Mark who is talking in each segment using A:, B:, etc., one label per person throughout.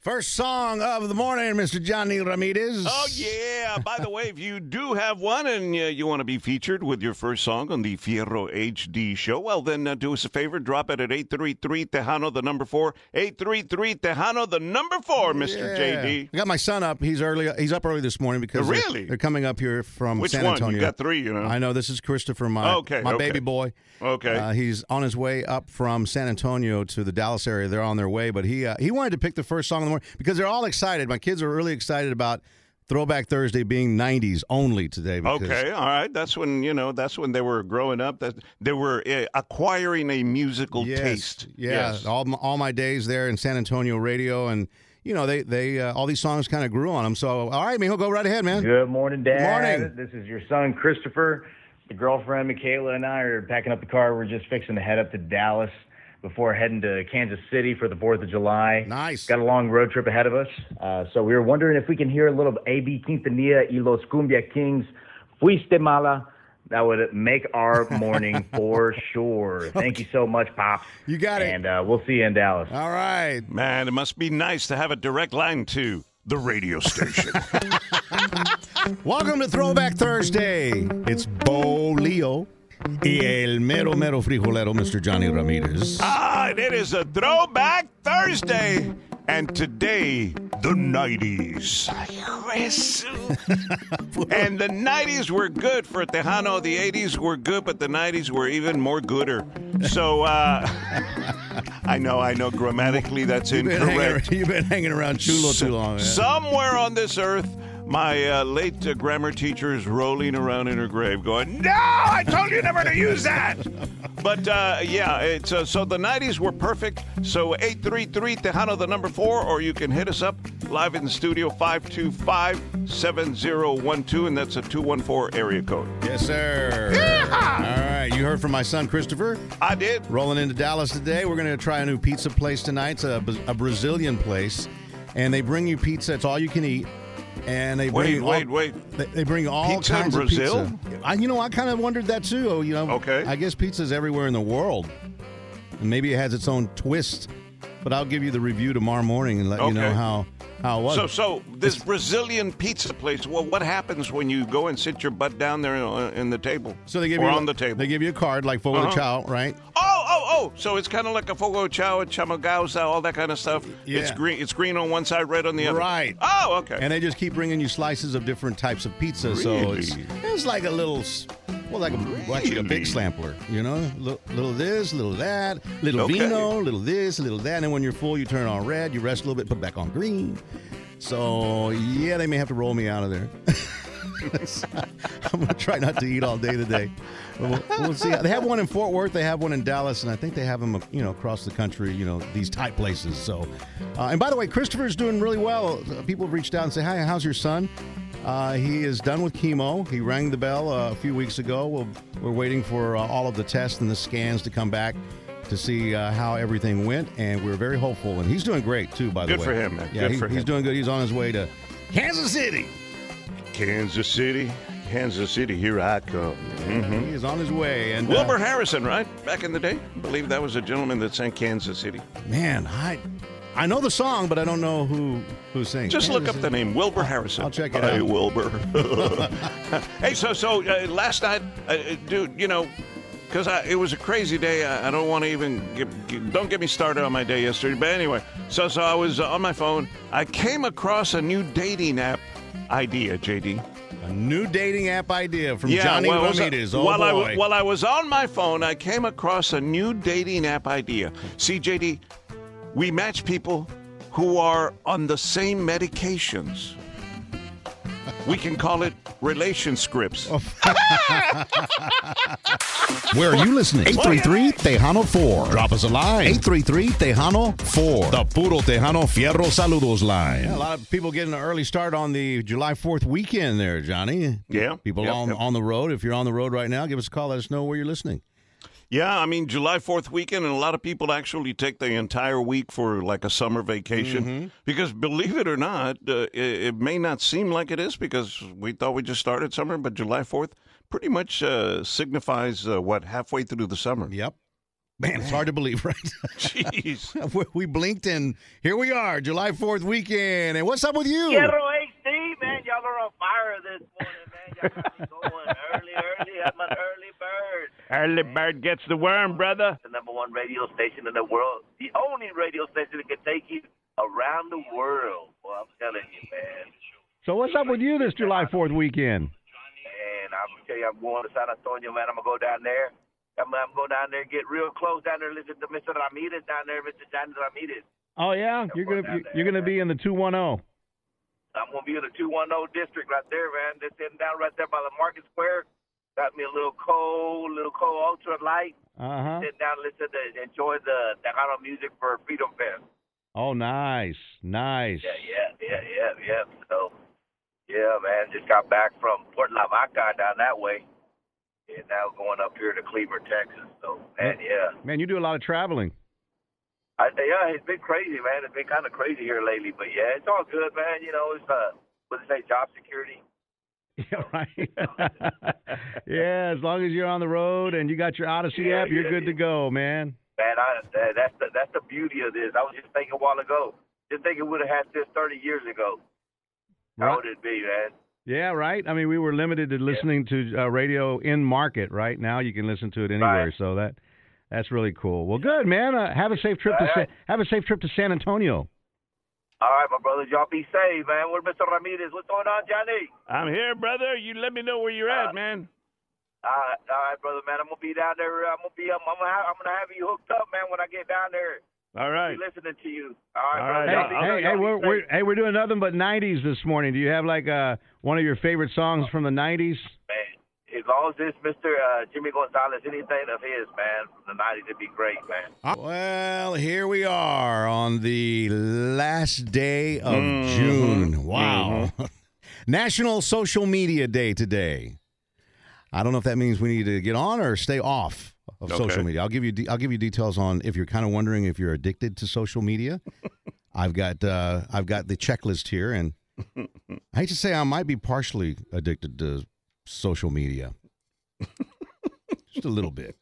A: First song of the morning, Mr. Johnny Ramirez.
B: Oh yeah! By the way, if you do have one and uh, you want to be featured with your first song on the Fierro HD show, well then uh, do us a favor, drop it at eight three three Tejano the number four eight three three Tejano the number four, Mister
A: Yeah.
B: JD.
A: I got my son up. He's early. He's up early this morning because they're-
B: Oh, Really?
A: they're, coming up here from
B: Which
A: San
B: one?
A: Antonio.
B: You got three, you know.
A: I know this is Christopher, my
B: Okay,
A: my
B: okay.
A: baby boy.
B: Okay.
A: uh, he's on his way up from San Antonio to the Dallas area. They're on their way, but he uh, he wanted to pick the first song in the morning because they're all excited. My kids are really excited about Throwback Thursday being '90s only today. Because
B: Okay, all right. That's when you know. That's when they were growing up. That they were uh, acquiring a musical
A: Yes,
B: taste.
A: Yeah, all my, all my days there in San Antonio radio, and you know they they uh, all these songs kind of grew on them. So all right, Mijo, go right ahead, man.
C: Good morning, Dad.
A: morning.
C: This is your son, Christopher. The girlfriend, Michaela, and I are packing up the car. We're just fixing to head up to Dallas before heading to Kansas City for the 4th of July.
A: Nice.
C: Got a long road trip ahead of us. Uh, so we were wondering if we can hear a little A.B. Quintanilla y Los Cumbia Kings, Fuiste Mala. That would make our morning for sure. Thank you so much, Pops.
A: You got it.
C: And uh, we'll see you in Dallas.
A: All right.
B: Man, it must be nice to have a direct line to the radio station.
A: Welcome to Throwback Thursday. It's Bo Leo y el mero mero frijolero, Mr. Johnny Ramirez.
B: ah, and it is a throwback Thursday, and today the '90s. and the '90s were good for Tejano. The '80s were good, but the '90s were even more gooder. So uh, I know, I know. Grammatically, that's
A: You've been, hanging,
B: incorrect.
A: around- you've been hanging around Chulo too long. man.
B: Somewhere on this earth, my uh, late uh, grammar teacher is rolling around in her grave going, No, I told you never to use that. but uh, yeah, it's, uh, so the 90s were perfect. So 833 Tejano, the number four, or you can hit us up live in the studio 525 7012, and that's a 214 area code.
A: Yes, sir. All right. You heard from my son, Christopher.
B: I did.
A: Rolling into Dallas today. We're going to try a new pizza place tonight. It's a, a Brazilian place. And they bring you pizza. It's all you can eat. And they bring
B: Wait,
A: you all-
B: wait, wait.
A: They, they bring all
B: Pizza in
A: kinds
B: Brazil?
A: of pizza. I, you know, I kind of wondered that too. Oh, You know,
B: Okay.
A: I guess pizza's everywhere in the world, and maybe it has its own twist. But I'll give you the review tomorrow morning and let you know
B: Okay.
A: how how it was.
B: So, so this Brazilian pizza place. Well, what happens when you go and sit your butt down there in, in the table?
A: So they give
B: or
A: you
B: on the table.
A: They give you a card like for
B: Uh-huh.
A: the child, right?
B: Oh, oh, oh! So it's kind of like a fogo chao, chamagaosa, all that kind of stuff.
A: Yeah.
B: It's green. It's green on one side, red on the other.
A: Right.
B: Oh, okay.
A: And they just keep bringing you slices of different types of pizza. So
B: Really?
A: it's it's like a little. s- Well, like a, well, actually a big
B: Really?
A: slampler, you know, little, little this, little that, little
B: Okay.
A: vino, little this, little that, and when you're full, you turn on red, you rest a little bit, put back on green. So yeah, they may have to roll me out of there. I'm gonna try not to eat all day today. But We'll, we'll see. They have one in Fort Worth. They have one in Dallas, and I think they have them, you know, across the country. You know, these type places. So, uh, and by the way, Christopher's doing really well. Uh, People have reached out and say, "Hi, how's your son?" Uh, he is done with chemo. He rang the bell uh, a few weeks ago. We'll, we're waiting for uh, all of the tests and the scans to come back to see uh, how everything went, and we're very hopeful. And he's doing great too. By the
B: Good
A: way,
B: for him, man.
A: Yeah,
B: Good
A: he-
B: for
A: he's
B: him.
A: doing good. He's on his way to Kansas City.
B: Kansas City, Kansas City, here I come.
A: He is on his way. And uh,
B: Wilbur Harrison, right? Back in the day, I believe that was a gentleman that sang Kansas City.
A: Man, I I know the song, but I don't know who who sings.
B: Just look up the name, Wilbur Harrison.
A: I'll check it
B: hey,
A: out.
B: Wilbur. hey, so so uh, last night, uh, uh, dude, you know, because it was a crazy day. I, I don't want to even get, get- don't get me started on my day yesterday. But anyway, so so I was uh, on my phone. I came across a new dating app idea, JD.
A: A new dating app idea from Johnny
B: well, it was-
A: Ramirez. oh
B: while I
A: boy.
B: wa- while I was on my phone, I came across a new dating app idea. See, JD, we match people who are on the same medications. We can call it relation scripts.
A: Oh, Where are you listening? 833 Tejano 4. Drop us a line. 833 Tejano 4. The Puro Tejano Fierro Saludos line. a lot of people getting an early start on the July 4th weekend there, Johnny.
B: Yeah.
A: People
B: Yep,
A: on,
B: yep.
A: on the road. If you're on the road right now, give us a call. Let us know where you're listening.
B: Yeah, I mean July Fourth weekend, and a lot of people actually take the entire week for like a summer vacation because, believe it or not, uh, it, it may not seem like it is because we thought we just started summer, but July Fourth pretty much uh, signifies uh, what halfway through the summer.
A: Yep. Man, it's hard to believe, right?
B: Jeez.
A: we blinked and here we are, July 4th weekend. And what's up with you?
D: Ghetto HD, man. Y'all are on fire this morning, man. Y'all got me going early, early. I'm an early bird.
B: Early bird gets the worm, brother.
D: The number one radio station in the world. The only radio station that can take you around the world. Well, I'm telling you, man.
A: So, what's up with you this July 4th weekend?
D: And I'm going to tell you, I'm going to San Antonio, man. I'm going to go down there. I'm, I'm going down there and get real close down there and listen to Mr. Ramirez down there, Mr. Johnny Ramirez.
E: Oh yeah, you're gonna you're gonna be in the two one oh. zero.
D: I'm gonna be in the two one zero district right there, man. Just sitting down right there by the market square. Got me a little cold, little cold ultra light.
E: Uh huh.
D: Sit down, listen to enjoy the Tejano music for Freedom Fest.
E: Oh nice, nice.
D: Yeah, yeah, yeah, yeah, yeah. So yeah, man, just got back from Port Lavaca down that way. And now going up here to Cleveland, Texas. So man, yeah.
E: Man, you do a lot of traveling.
D: I, yeah, it's been crazy, man. It's been kind of crazy here lately, but yeah, it's all good, man. You know, it's uh, what they say, job security.
E: Yeah, right. yeah, as long as you're on the road and you got your Odyssey
D: Yeah,
E: app, you're
D: yeah,
E: good to go, man.
D: Man, I that, that's the that's the beauty of this. I was just thinking a while ago. Just think it would have had this 30 years ago. How
E: Right.
D: would it be, man?
E: Yeah, right. I mean, we were limited to listening to uh, radio in market. Right now, you can listen to it anywhere.
D: Right.
E: So that that's really cool. Well, good man. Uh, have a safe trip to Sa-
D: Alright.
E: have a safe trip to San Antonio.
D: All right, my brothers, y'all be safe, man. What Mr. Ramirez? What's going on, Johnny?
B: I'm here, brother. You let me know where you're at, man.
D: All right, all right, brother, man. I'm gonna be down there. I'm gonna be. I'm, I'm, gonna have, I'm gonna have you hooked up, man. When I get down there,
B: All right.
D: be listening to you. All right,
B: All
D: brother,
E: Hey,
B: right.
D: y'all be-
E: hey,
D: y'all
E: hey,
D: be
E: we're,
D: safe.
E: we're hey, we're doing nothing but '90s this morning. Do you have like uh, one of your favorite songs from the '90s?
D: man. As long as this Mr. Uh, Jimmy Gonzalez, anything of his, man, from the 90s, it'd be great, man.
A: Well, here we are on the last day of June. Wow. National Social Media Day today. I don't know if that means we need to get on or stay off of social
B: Okay.
A: media. I'll give you de- I'll give you details on if you're kind of wondering if you're addicted to social media. I've got uh, I've got the checklist here, and I hate to say I might be partially addicted to social media, just a little bit.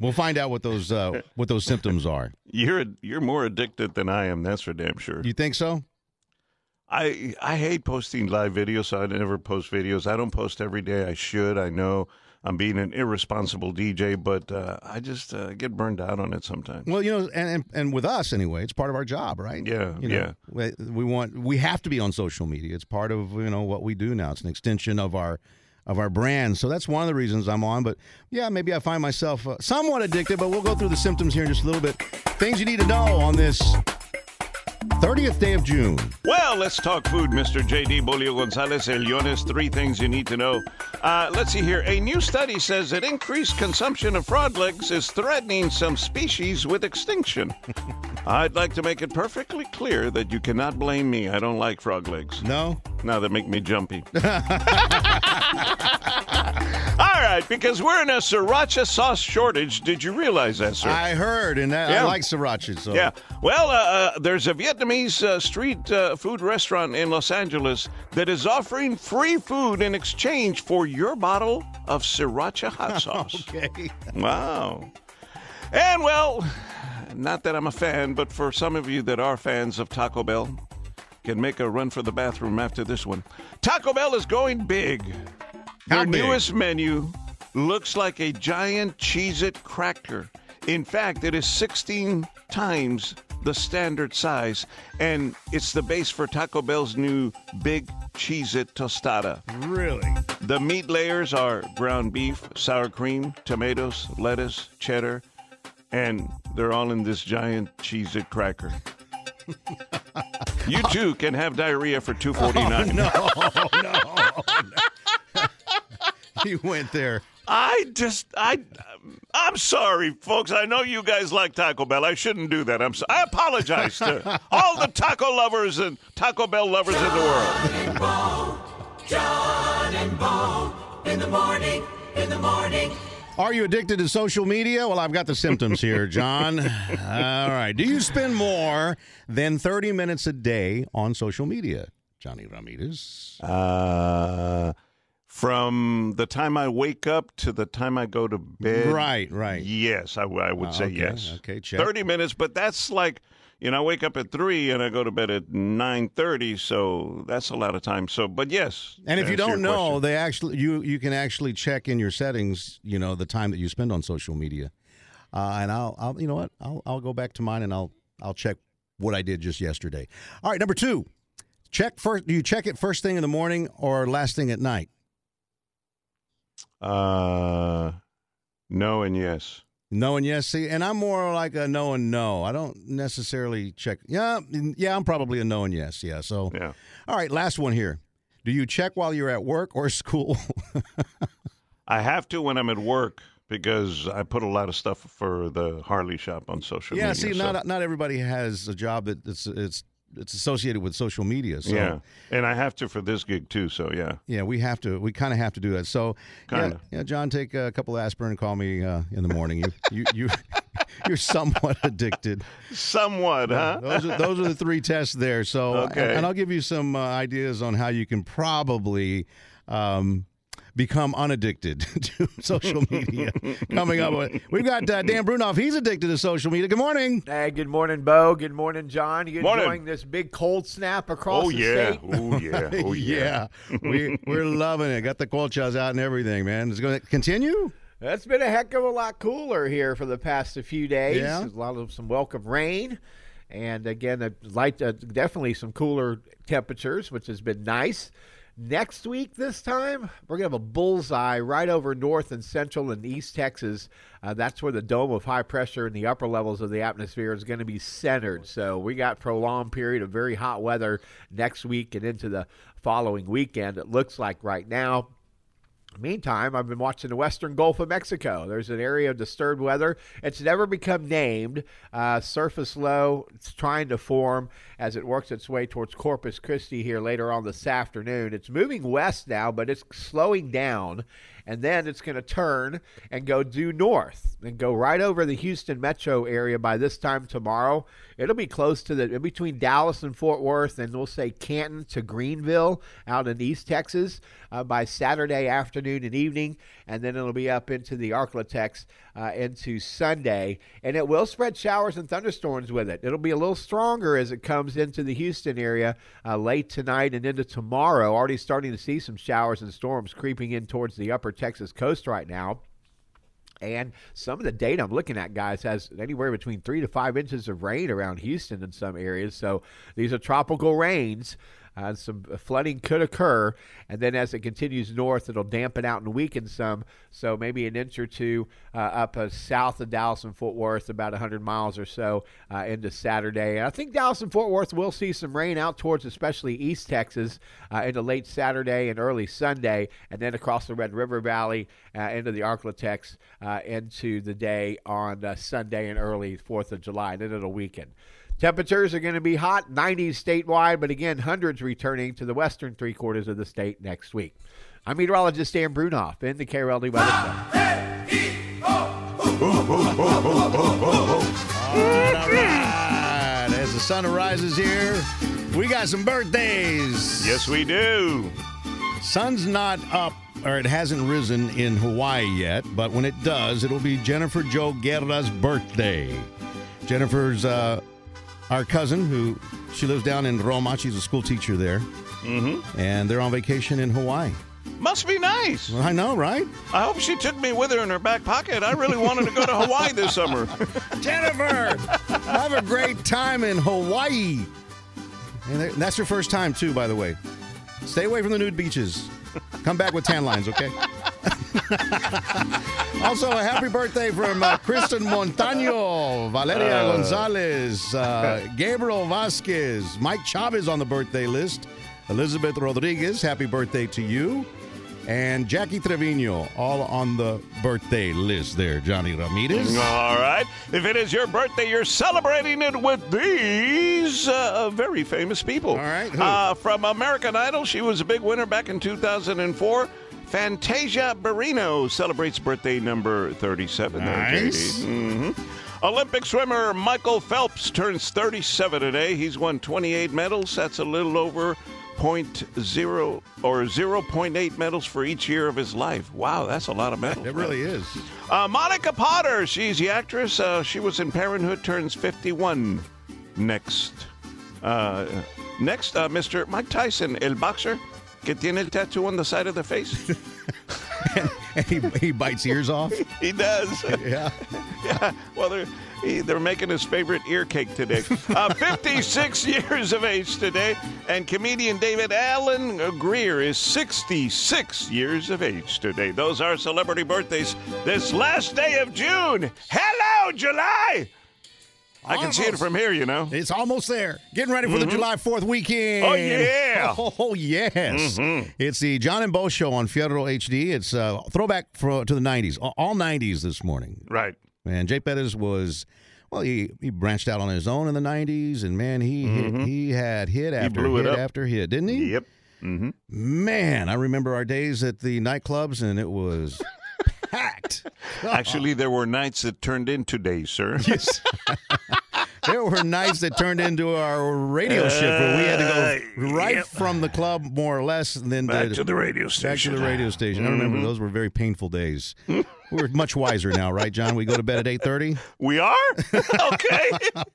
A: We'll find out what those uh, what those symptoms are.
B: You're you're more addicted than I am. That's for damn sure.
A: You think so?
B: I I hate posting live videos, so I never post videos. I don't post every day. I should. I know I'm being an irresponsible DJ, but uh, I just uh, get burned out on it sometimes.
A: Well, you know, and, and and with us anyway, it's part of our job, right?
B: Yeah,
A: you know, yeah. We, we want we have to be on social media. It's part of you know what we do now. It's an extension of our of our brand. So that's one of the reasons I'm on. But yeah, maybe I find myself uh, somewhat addicted. But we'll go through the symptoms here in just a little bit. Things you need to know on this 30th day of June.
B: Well, let's talk food, Mr. J.D. Bolio Gonzalez El Leones. Three things you need to know. Uh, let's see here. A new study says that increased consumption of frog legs is threatening some species with extinction. I'd like to make it perfectly clear that you cannot blame me. I don't like frog legs.
A: No,
B: Now they make me jumpy. All right, because we're in a sriracha sauce shortage. Did you realize that, sir?
A: I heard, and I, I
B: Yeah.
A: like sriracha. So
B: Yeah. Well, uh, uh, there's a Vietnamese uh, street uh, food restaurant in Los Angeles that is offering free food in exchange for your bottle of sriracha hot sauce.
A: okay.
B: Wow. And, well, not that I'm a fan, but for some of you that are fans of Taco Bell, can make a run for the bathroom after this one. Taco Bell is going big.
A: How
B: Their
A: big?
B: newest menu looks like a giant Cheez It cracker. In fact, it is 16 times the standard size, and it's the base for Taco Bell's new Big Cheez It Tostada.
A: Really?
B: The meat layers are ground beef, sour cream, tomatoes, lettuce, cheddar, and they're all in this giant cheese it cracker. you too can have diarrhea for 249.
A: No, no. you went there.
B: I just I I'm sorry folks. I know you guys like Taco Bell. I shouldn't do that. I'm so, I apologize to all the taco lovers and Taco Bell lovers in the world.
F: John and Bo in the morning, in the morning.
A: Are you addicted to social media? Well, I've got the symptoms here, John. All right. Do you spend more than 30 minutes a day on social media? Johnny Ramirez.
B: Uh, from the time I wake up to the time I go to bed.
A: Right, right.
B: Yes, I, w- I would
A: Uh,
B: say
A: okay,
B: yes.
A: okay, check.
B: Thirty minutes, but that's like you know, I wake up at three and I go to bed at nine thirty, so that's a lot of time. So, but yes.
A: And if
B: to
A: you
B: answer your
A: don't know,
B: question.
A: they actually you you can actually check in your settings. You know the time that you spend on social media, uh, and I'll, I'll you know what I'll I'll go back to mine and I'll I'll check what I did just yesterday. All right, number two, check first. Do you check it first thing in the morning or last thing at night?
B: uh, no and yes.
A: No and yes. See, and I'm more like a no and no. I don't necessarily check. Yeah, mm, yeah. I'm probably a no and yes. Yeah. So
B: Yeah.
A: all right, last one here. Do you check while you're at work or school?
B: I have to when I'm at work because I put a lot of stuff for the Harley shop on social
A: yeah,
B: media.
A: see,
B: so-
A: not not everybody has a job that it's it's it's associated with social media. So
B: yeah, and I have to for this gig too. So yeah,
A: yeah, we have to we kind of have to do that. So yeah,
B: Kinda.
A: yeah, John, take a couple of aspirin and call me uh, in the morning. You you you. You're somewhat addicted.
B: somewhat, huh?
A: Those are, those are the three tests there. So,
B: Okay.
A: and, I'll give you some uh, ideas on how you can probably um, become unaddicted to social media. Coming up, with- we've got uh, Dan Brunoff. He's addicted to social media. Good morning.
G: Hey, good morning, Bo. Good morning, John. You
B: Morning.
G: enjoying this big cold snap across
B: Oh
G: the
B: yeah.
G: state?
B: oh yeah, oh yeah,
A: we we're loving it. Got the quilchas out and everything, man. It's going to continue.
G: It's been a heck of a lot cooler here for the past a few days.
A: Yeah.
G: There's a lot of some welcome rain, and again, a light, uh, definitely some cooler temperatures, which has been nice. Next week, this time, we're going to have a bullseye right over north and central and east Texas. Uh, that's where the dome of high pressure in the upper levels of the atmosphere is going to be centered. So we got prolonged period of very hot weather next week and into the following weekend. It looks like right now. Meantime, I've been watching the western Gulf of Mexico. There's an area of disturbed weather. It's never become named. Uh, surface low, it's trying to form as it works its way towards Corpus Christi here later on this afternoon. It's moving west now, but it's slowing down. And then it's going to turn and go due north and go right over the Houston metro area by this time tomorrow. It'll be close to the in between Dallas and Fort Worth, and we'll say Canton to Greenville out in East Texas uh, by Saturday afternoon and evening, and then it'll be up into the Arklatex uh, into Sunday, and it will spread showers and thunderstorms with it. It'll be a little stronger as it comes into the Houston area uh, late tonight and into tomorrow. Already starting to see some showers and storms creeping in towards the upper Texas coast right now. And some of the data I'm looking at, guys, has anywhere between three to five inches of rain around Houston in some areas. So these are tropical rains. Uh, some flooding could occur. And then as it continues north, it'll dampen out and weaken some. So maybe an inch or two uh, up uh, south of Dallas and Fort Worth, about 100 miles or so uh, into Saturday. And I think Dallas and Fort Worth will see some rain out towards, especially East Texas, uh, into late Saturday and early Sunday. And then across the Red River Valley uh, into the Arklatex uh, into the day on uh, Sunday and early 4th of July. Then it'll weaken. Temperatures are going to be hot, 90s statewide, but again, hundreds returning to the western three quarters of the state next week. I'm meteorologist Dan Brunoff in the KRLD Weather Center.
A: All right. As the sun rises here, we got some birthdays.
B: Yes, we do.
A: Sun's not up, or it hasn't risen in Hawaii yet, but when it does, it'll be Jennifer Joe Guerra's birthday. Jennifer's uh, our cousin who she lives down in Roma. She's a school teacher there. Mm-hmm. And they're on vacation in Hawaii.
B: Must be nice.
A: I know, right?
B: I hope she took me with her in her back pocket. I really wanted to go to Hawaii this summer.
A: Jennifer, have a great time in Hawaii. And that- that's your first time, too, by the way. Stay away from the nude beaches. Come back with tan lines, okay? also, a happy birthday from uh, Kristen Montaño, Valeria Gonzalez, uh, Gabriel Vasquez, Mike Chavez on the birthday list, Elizabeth Rodriguez, happy birthday to you, and Jackie Trevino, all on the birthday list there, Johnny Ramirez.
B: All right. If it is your birthday, you're celebrating it with these uh, very famous people. All
A: right, who?
B: Uh, from American Idol, she was a big winner back in 2004. Fantasia Barrino celebrates birthday number 37. there,
A: Nice.
B: JD. Mhm. Olympic swimmer Michael Phelps turns 37 today. He's won 28 medals. That's a little over 0.0 or 0.8 medals for each year of his life. Wow, that's a lot of medals.
A: It really is.
B: Uh, Monica Potter, she's the actress. Uh, she was in Parenthood, turns 51 next. Uh, next, uh, Mr. Mike Tyson, el boxer, que tiene el tattoo on the side of the face.
A: And he, he bites ears off.
B: he does.
A: Yeah.
B: yeah. Well, they're he, they're making his favorite ear cake today. Uh, 56 years of age today, and comedian David Allen Greer is 66 years of age today. Those are celebrity birthdays. This last day of June. Hello, July. I can see it
A: Almost.
B: from here, you know.
A: It's almost there. Getting ready for the July 4th weekend.
B: Mm-hmm. Oh, yeah. Mm-hmm.
A: Oh, yes. It's the John and Bo show on Federal HD. It's uh, throwback for, to the 90s, all- all 90s this morning.
B: Right.
A: Man, Jay Pettis was, well, he, he branched out on his own in the 90s, and man, he hit, he had hit after
B: Mm-hmm. blew it
A: hit
B: up.
A: after hit, didn't he?
B: Yep.
A: Man, I remember our days at the nightclubs, and it was packed.
B: Actually, there were nights that turned into days, sir.
A: there were nights that turned into our radio shift where we had to go
B: Uh,
A: right
B: yep.
A: from the club, more or less, and then
B: Back to the radio
A: back to
B: station. Mm-hmm.
A: the radio station. I remember those were very painful days. we're much wiser now, right, John? We go to bed at eight thirty.
B: We are? okay.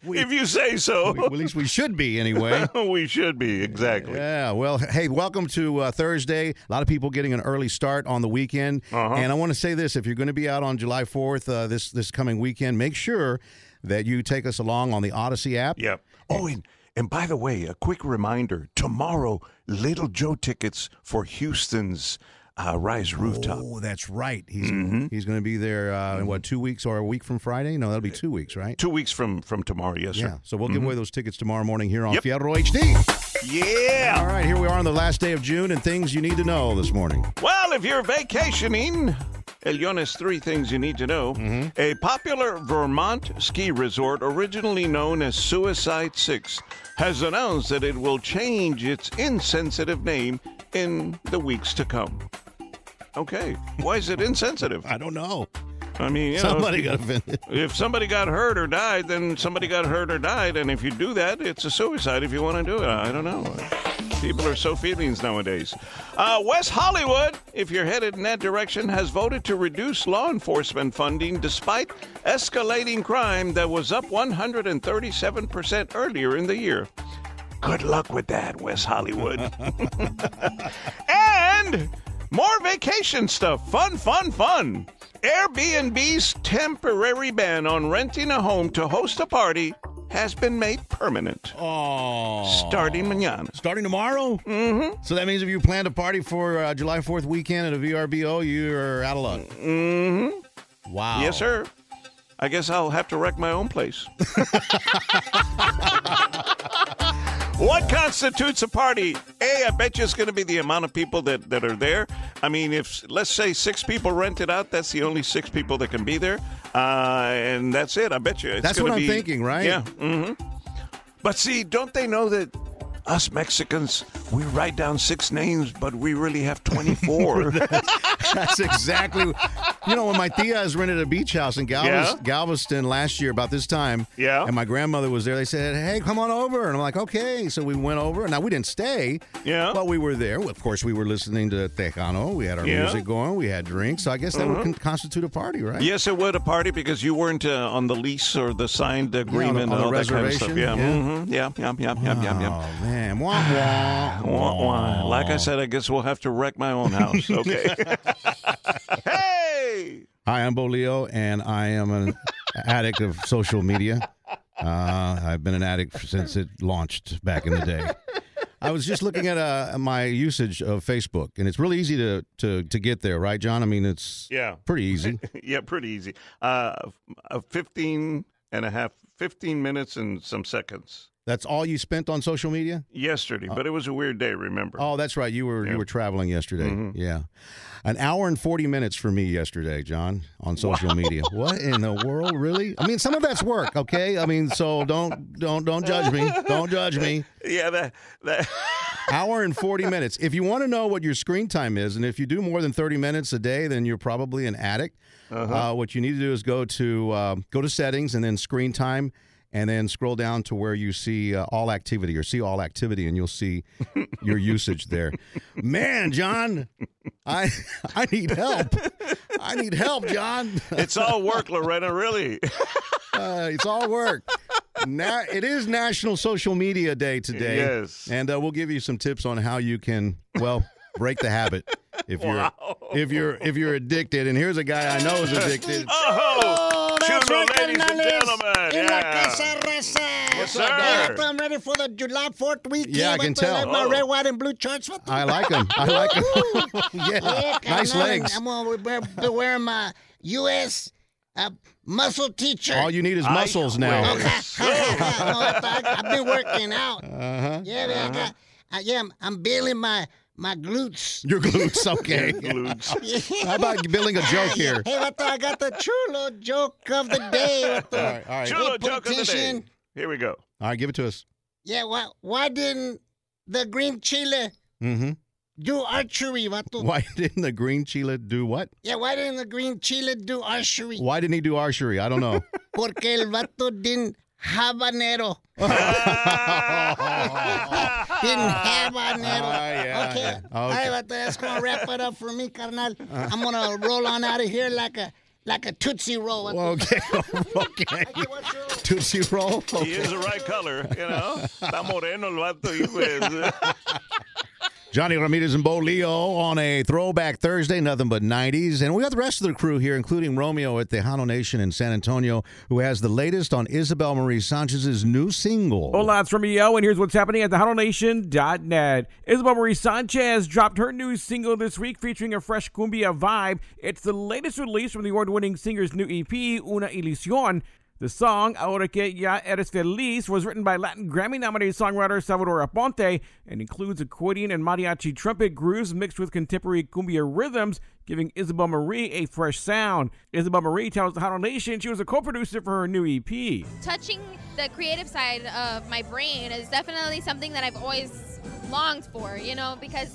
B: if you say so.
A: Well, at least we should be anyway.
B: we should be, exactly.
A: Yeah, well, hey, welcome to uh, Thursday. A lot of people getting an early start on the weekend,
B: Uh-huh.
A: and I want to say this: if you're going to be out on July 4th uh, this this coming weekend, make sure that you take us along on the Odyssey app.
B: Yep. Oh, and and by the way, a quick reminder: tomorrow, Little Joe tickets for Houston's uh, Rise Rooftop.
A: Oh, that's right. He's
B: Mm-hmm.
A: he's going to be there uh, in what two weeks or a week from Friday? No, that'll be two weeks, right?
B: Two weeks from from tomorrow, yes,
A: Yeah.
B: sir.
A: So we'll give away those tickets tomorrow morning here on
B: Mm-hmm. Yep.
A: Fierro HD.
B: Yeah.
A: All right, here we are on the last day of June and things you need to know this morning.
B: Well, if you're vacationing, El Yones, three things you need to know. A popular Vermont ski resort, originally known as Suicide Six, has announced that it will change its insensitive name in the weeks to come. Okay, why is it insensitive?
A: I don't know.
B: I mean, you
A: Somebody
B: know,
A: got offended.
B: if somebody got hurt or died, then somebody got hurt or died. And if you do that, it's a suicide if you want to do it. I don't know. People are so feelings nowadays. Uh, West Hollywood, if you're headed in that direction, has voted to reduce law enforcement funding despite escalating crime that was up 137% earlier in the year. Good luck with that, West Hollywood. and more vacation stuff. Fun, fun, fun. Airbnb's temporary ban on renting a home to host a party has been made permanent
A: Oh.
B: starting mañana.
A: Starting tomorrow? Mm-hmm. So that means if you planned a party for uh, July 4th weekend at a VRBO, you're out of luck. Mm-hmm. Wow.
B: Mm-hmm. Yes, sir. I guess I'll have to wreck my own place. what constitutes a party? A, I bet you it's going to be the amount of people that, that are there. I mean, if let's say six people rent it out, that's the only six people that can be there, uh, and that's it. I bet you. It's
A: That's
B: gonna
A: what I'm
B: be-
A: thinking, right?
B: Yeah. hmm But see, don't they know that? Us Mexicans, we write down six names, but we really have 24.
A: That's exactly. You know, when my tia has rented a beach house in Galveston,
B: Yeah.
A: Galveston last year, about this time,
B: Yeah.
A: and my grandmother was there, they said, "Hey, come on over," and I'm like, "Okay." So we went over. Now we didn't stay.
B: Yeah.
A: But we were there. Of course, we were listening to Tejano. We had our
B: Yeah. Uh-huh.
A: music going. We had drinks. So I guess that would con- constitute a party, right?
B: Yes, it would a party because you weren't uh, on the lease or the signed agreement
A: on
B: and
A: the
B: all that kind of stuff.
A: reservation,
B: Yeah,
A: yeah.
B: mhm, yeah, yeah, yeah, yeah, yeah, yeah.
A: Oh man, wah wah.
B: Wah, wah. Like I said, I guess we'll have to wreck my own house. Okay. hey.
A: Hi, I'm Bo Leo, and I am an addict of social media. Uh, I've been an addict since it launched back in the day. I was just looking at uh, my usage of Facebook, and it's really easy to, to, to get there, right, John? I mean, it's
B: Yeah.
A: pretty easy.
B: Yeah, pretty easy. Uh, f- uh, 15 and a half, 15 minutes and some seconds
A: That's all you spent on social media?
B: yesterday, but it was a weird day, remember?
A: Uh, Oh, that's right. You were you were traveling yesterday. Yeah, an hour and forty minutes for me yesterday, John, on social media. What in the world, really? I mean, some of that's work, okay? I mean, so don't don't don't judge me. Don't judge me.
B: Yeah, that, that
A: hour and 40 minutes. If you want to know what your screen time is, and if you do more than 30 minutes a day, then you're probably an addict. uh what you need to do is go to um, go to settings and then screen time, and then scroll down to where you see uh, all activity or see all activity, and you'll see your usage there. Man, John, I I need help. I need help, John.
B: It's all work, Lorena, really.
A: Uh, it's all work. Now it is National Social Media Day today.
B: Yes.
A: and uh, we'll give you some tips on how you can well break the habit if you're
B: Wow.
A: if you're if you're addicted. And here's a guy I know is addicted.
B: Oh, churro, ladies and gentlemen. Yeah. Yes, sir.
H: I'm ready for the July 4th weekend.
A: Yeah, I can tell.
H: My
B: Oh.
H: red, white, and blue shorts. What the
A: I like him. I like him. yeah,
H: heck?
A: nice
H: I'm not-
A: legs.
H: I'm going to be, be wearing my U.S. Uh, muscle teacher.
A: All you need is
B: I
A: muscles now.
B: quit.
H: I've been working out.
A: Uh-huh.
H: Yeah, man, I got, I, yeah, I'm, I'm building my, my glutes.
A: Your glutes, okay.
B: Glutes.
A: How about building a joke here?
H: Hey, what the, I got the chulo joke of the day. What the,
A: All right, all right,
B: Churro joke of the day.
H: Politician.
B: Here we go.
A: all right. Give it to us.
H: Yeah, why, why didn't the green chile
A: Mm-hmm.
H: do archery? Vato?
A: Why didn't the green chile do what?
H: Yeah, why didn't the green chile do archery?
A: Why didn't he do archery? I don't know.
H: Porque el vato didn't habanero. Didn't habanero.
A: Ah, yeah,
H: okay.
A: yeah.
H: All
A: Okay. Uh-huh.
H: right, vato, that's going to wrap it up for me, carnal. I'm going to roll on out of here like a like a Tootsie Roll. vato.
A: okay, okay. Tootsie roll.
B: He is the right color, you know. Está moreno el vato, hijo de-
A: Johnny Ramirez and Bo Leo on a Throwback Thursday, nothing but 90s. And we got the rest of the crew here, including Romeo at the Hano Nation in San Antonio, who has the latest on Isabel Marie Sanchez's new single.
G: Hola, it's Romeo, E and here's what's happening at thehuddlenation.net. Isabel Marie Sanchez dropped her new single this week featuring a fresh cumbia vibe. It's the latest release from the award winning singer's new EP, Una Ilusión. The song, Ahora que ya eres feliz, was written by Latin Grammy nominated songwriter Salvador Aponte and includes accordion and mariachi trumpet grooves mixed with contemporary cumbia rhythms, giving Isabel Marie a fresh sound. Isabel Marie tells the Huddle Nation she was a co producer for her new E EP.
I: touching the creative side of my brain is definitely something that I've always longed for, you know, because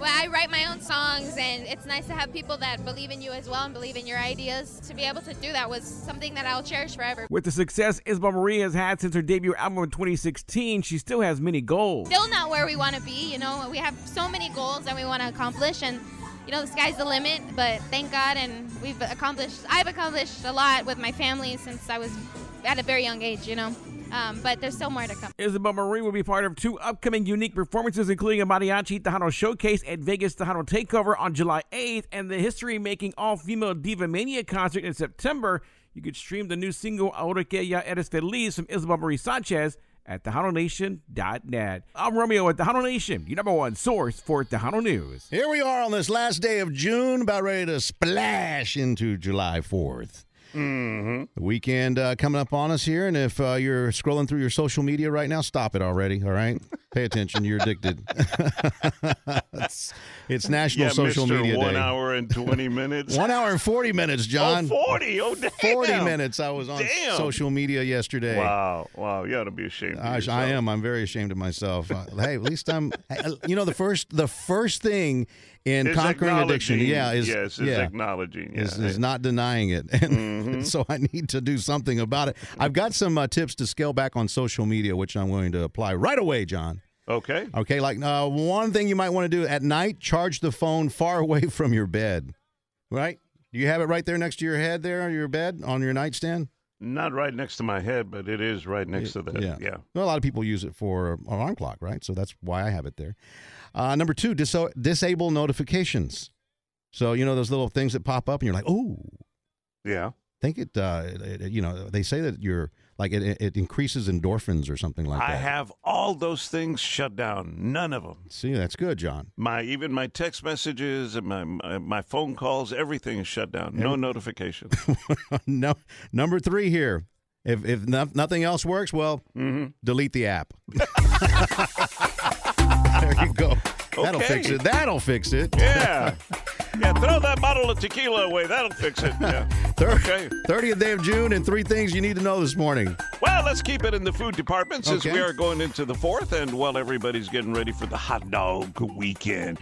I: well, I write my own songs and it's nice to have people that believe in you as well and believe in your ideas. To be able to do that was something that I'll cherish forever.
G: With the success Isabel Marie has had since her debut album in 2016, she still has many goals.
I: Still not where we want to be, you know, we have so many goals that we want to accomplish and you know, the sky's the limit, but thank God and we've accomplished, I've accomplished a lot with my family since I was at a very young age, you know, um, but there's still more to come.
G: Isabel Marie will be part of two upcoming unique performances, including a Mariachi Tejano Showcase at Vegas Tejano Takeover on July 8th and the history making all female Diva Mania concert in September. You could stream the new single Ahora que ya eres feliz from Isabel Marie Sanchez at TejanoNation.net. I'm Romeo at Tejano Nation, your number one source for Tejano News.
A: Here we are on this last day of June, about ready to splash into July 4th. Mm-hmm. The weekend uh, coming up on us here, and if uh, you're scrolling through your social media right now, stop it already, all right? Pay attention, you're addicted. it's, it's National
B: Yeah,
A: Social
B: Mr.
A: Media
B: one
A: Day.
B: hour and 20 minutes.
A: One hour and 40 minutes,
B: Oh,
A: John.
B: 40. Oh, damn.
A: 40 minutes I was on
B: Damn.
A: social media yesterday.
B: Wow, wow. You ought to be ashamed. of
A: Gosh, I
B: yourself.
A: am. I'm very ashamed of myself. Uh, hey, at least I'm. You know, the first the first thing in
B: Is
A: conquering addiction,
B: acknowledging-
A: yeah, is
B: yes, is
A: yeah,
B: acknowledging. Yeah. Mm-hmm.
A: is, is not denying it, and so I need to do something about it. I've got some uh, tips to scale back on social media, which I'm going to apply right away, John.
B: okay.
A: Okay, like uh, one thing you might want to do at night: charge the phone far away from your bed. Right? Do you have it right there next to your head, there, on your bed, on your nightstand?
B: Not right next to my head, but it is right next to that. Yeah.
A: Well, a lot of people use it for an alarm clock, right? So that's why I have it there. Uh, number two, dis- disable notifications. So you know those little things that pop up, and you're like, oh,
B: Yeah.
A: think it, uh, it- it- You know, they say that you're like it, it increases endorphins or something like
B: I
A: that.
B: have all those things shut down. None of them.
A: See, that's good, John.
B: My even my text messages and my my, my phone calls, everything is shut down. No notification.
A: no, number three here. If if no- nothing else works, well,
B: Mm-hmm.
A: delete the app. there you go. That'll
B: Okay.
A: fix it. That'll fix it.
B: yeah. Yeah, throw that bottle of tequila away. That'll fix it. Yeah. Okay.
A: 30th day of June and three things you need to know this morning.
B: Well, let's keep it in the food department since
A: Okay.
B: we are going into the fourth, and while everybody's getting ready for the hot dog weekend,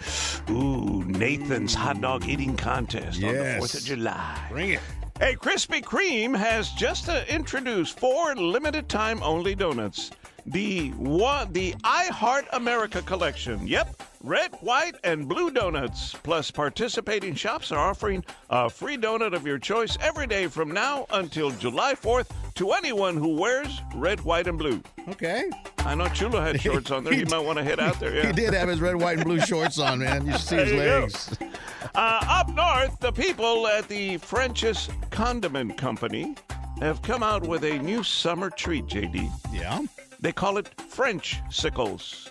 B: ooh, Nathan's hot dog eating contest on the
A: Yes.
B: Fourth of July.
A: Bring it.
B: A Krispy Kreme has just uh, introduced four limited time only donuts. The one, the I Heart America collection. Yep, red, white, and blue donuts. Plus, participating shops are offering a free donut of your choice every day from now until July 4th to anyone who wears red, white, and blue.
A: Okay.
B: I know Chula had shorts on there. You might want to head out there. Yeah.
A: He did have his red, white, and blue shorts on, man. You should see his
B: There you go.
A: legs.
B: Uh, up north, the people at the French's Condiment Company have come out with a new summer treat, JD.
A: Yeah.
B: They call it French sickles,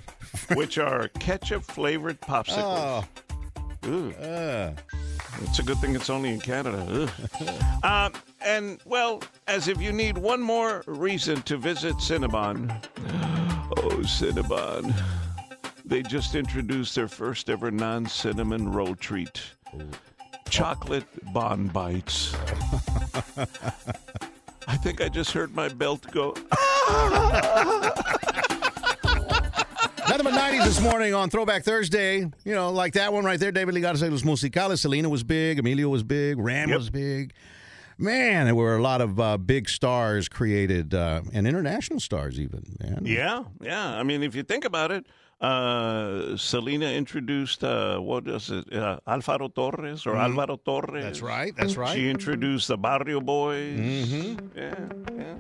B: which are ketchup flavored
A: Oh,
B: popsicles. Ooh.
A: uh.
B: It's a good thing it's only in Canada. Ugh. uh, and, well, as if you need one more reason to visit Cinnabon. Oh, Cinnabon. They just introduced their first ever non cinnamon roll treat chocolate Bon Bites. I think I just heard my belt go.
A: Nothing but 90s this morning on Throwback Thursday. You know, like that one right there. David Ligado was musicales. Selena was big. Emilio was big. Ram was big. Man, there were a lot of uh, big stars created uh, and international stars, even. Man.
B: Yeah, yeah. I mean, if you think about it, uh, Selena introduced uh, what is it, uh, Alvaro Torres or
A: Mhm.
B: Alvaro Torres?
A: That's right, that's right.
B: She introduced the Barrio Boys. Mm-hmm. Yeah, yeah.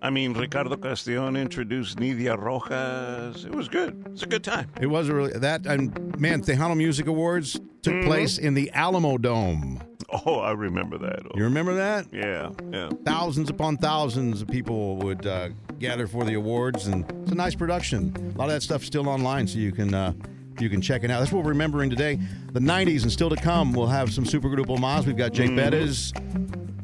B: I mean, Ricardo Castellon introduced Nidia Rojas. It was good. It's a good time.
A: It was a really that and man, Tejano Music Awards took
B: Mm-hmm.
A: place in the Alamo Dome.
B: Oh, I remember that.
A: You remember that?
B: Yeah, yeah.
A: Thousands upon thousands of people would uh, gather for the awards, and it's a nice production. A lot of that stuff's still online, so you can uh, you can check it out. That's what we're remembering today. The '90s and still to come. We'll have some supergroup Omas. We've got Jay
B: Mhm.
A: Bettis.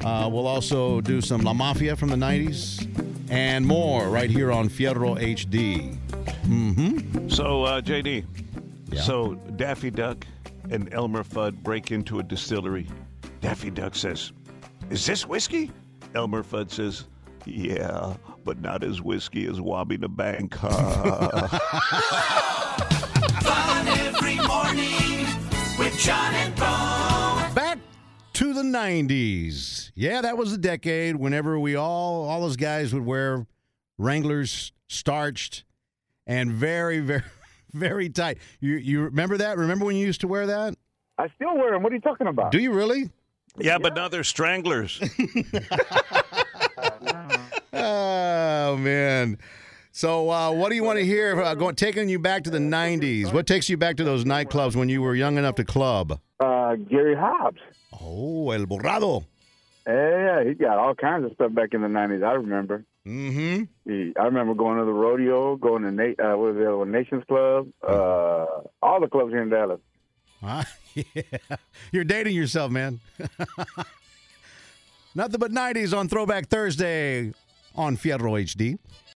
A: Uh, we'll also do some La Mafia from the '90s and more right here on Fierro HD. Mm-hmm.
B: So, uh, JD, so Daffy Duck and Elmer Fudd break into a distillery. Daffy Duck says, Is this whiskey? Elmer Fudd says, Yeah, but not as whiskey as Wabi the Bank.
F: Fun every morning with John and Bo.
A: Back to the 90s. Yeah, that was the decade whenever we all, all those guys would wear Wranglers starched and very, very, very tight. You, you remember that? Remember when you used to wear that?
J: I still wear them. What are you talking about?
A: Do you really?
B: yeah, but now they're stranglers.
A: Oh, man. So, uh, what do you want to hear? Uh, going, taking you back to the 90s. What takes you back to those nightclubs when you were young enough to club?
J: Uh, Gary Hobbs.
A: Oh, El Borrado.
J: Yeah, yeah, he got all kinds of stuff back in the nineties. I remember.
A: Mm-hmm.
J: I remember going to the rodeo, going to Na- uh, what was the other one? Nations Club, uh, all the clubs here in Dallas.
A: Huh? yeah. You're dating yourself, man. Nothing but 90s on Throwback Thursday on Fierro HD.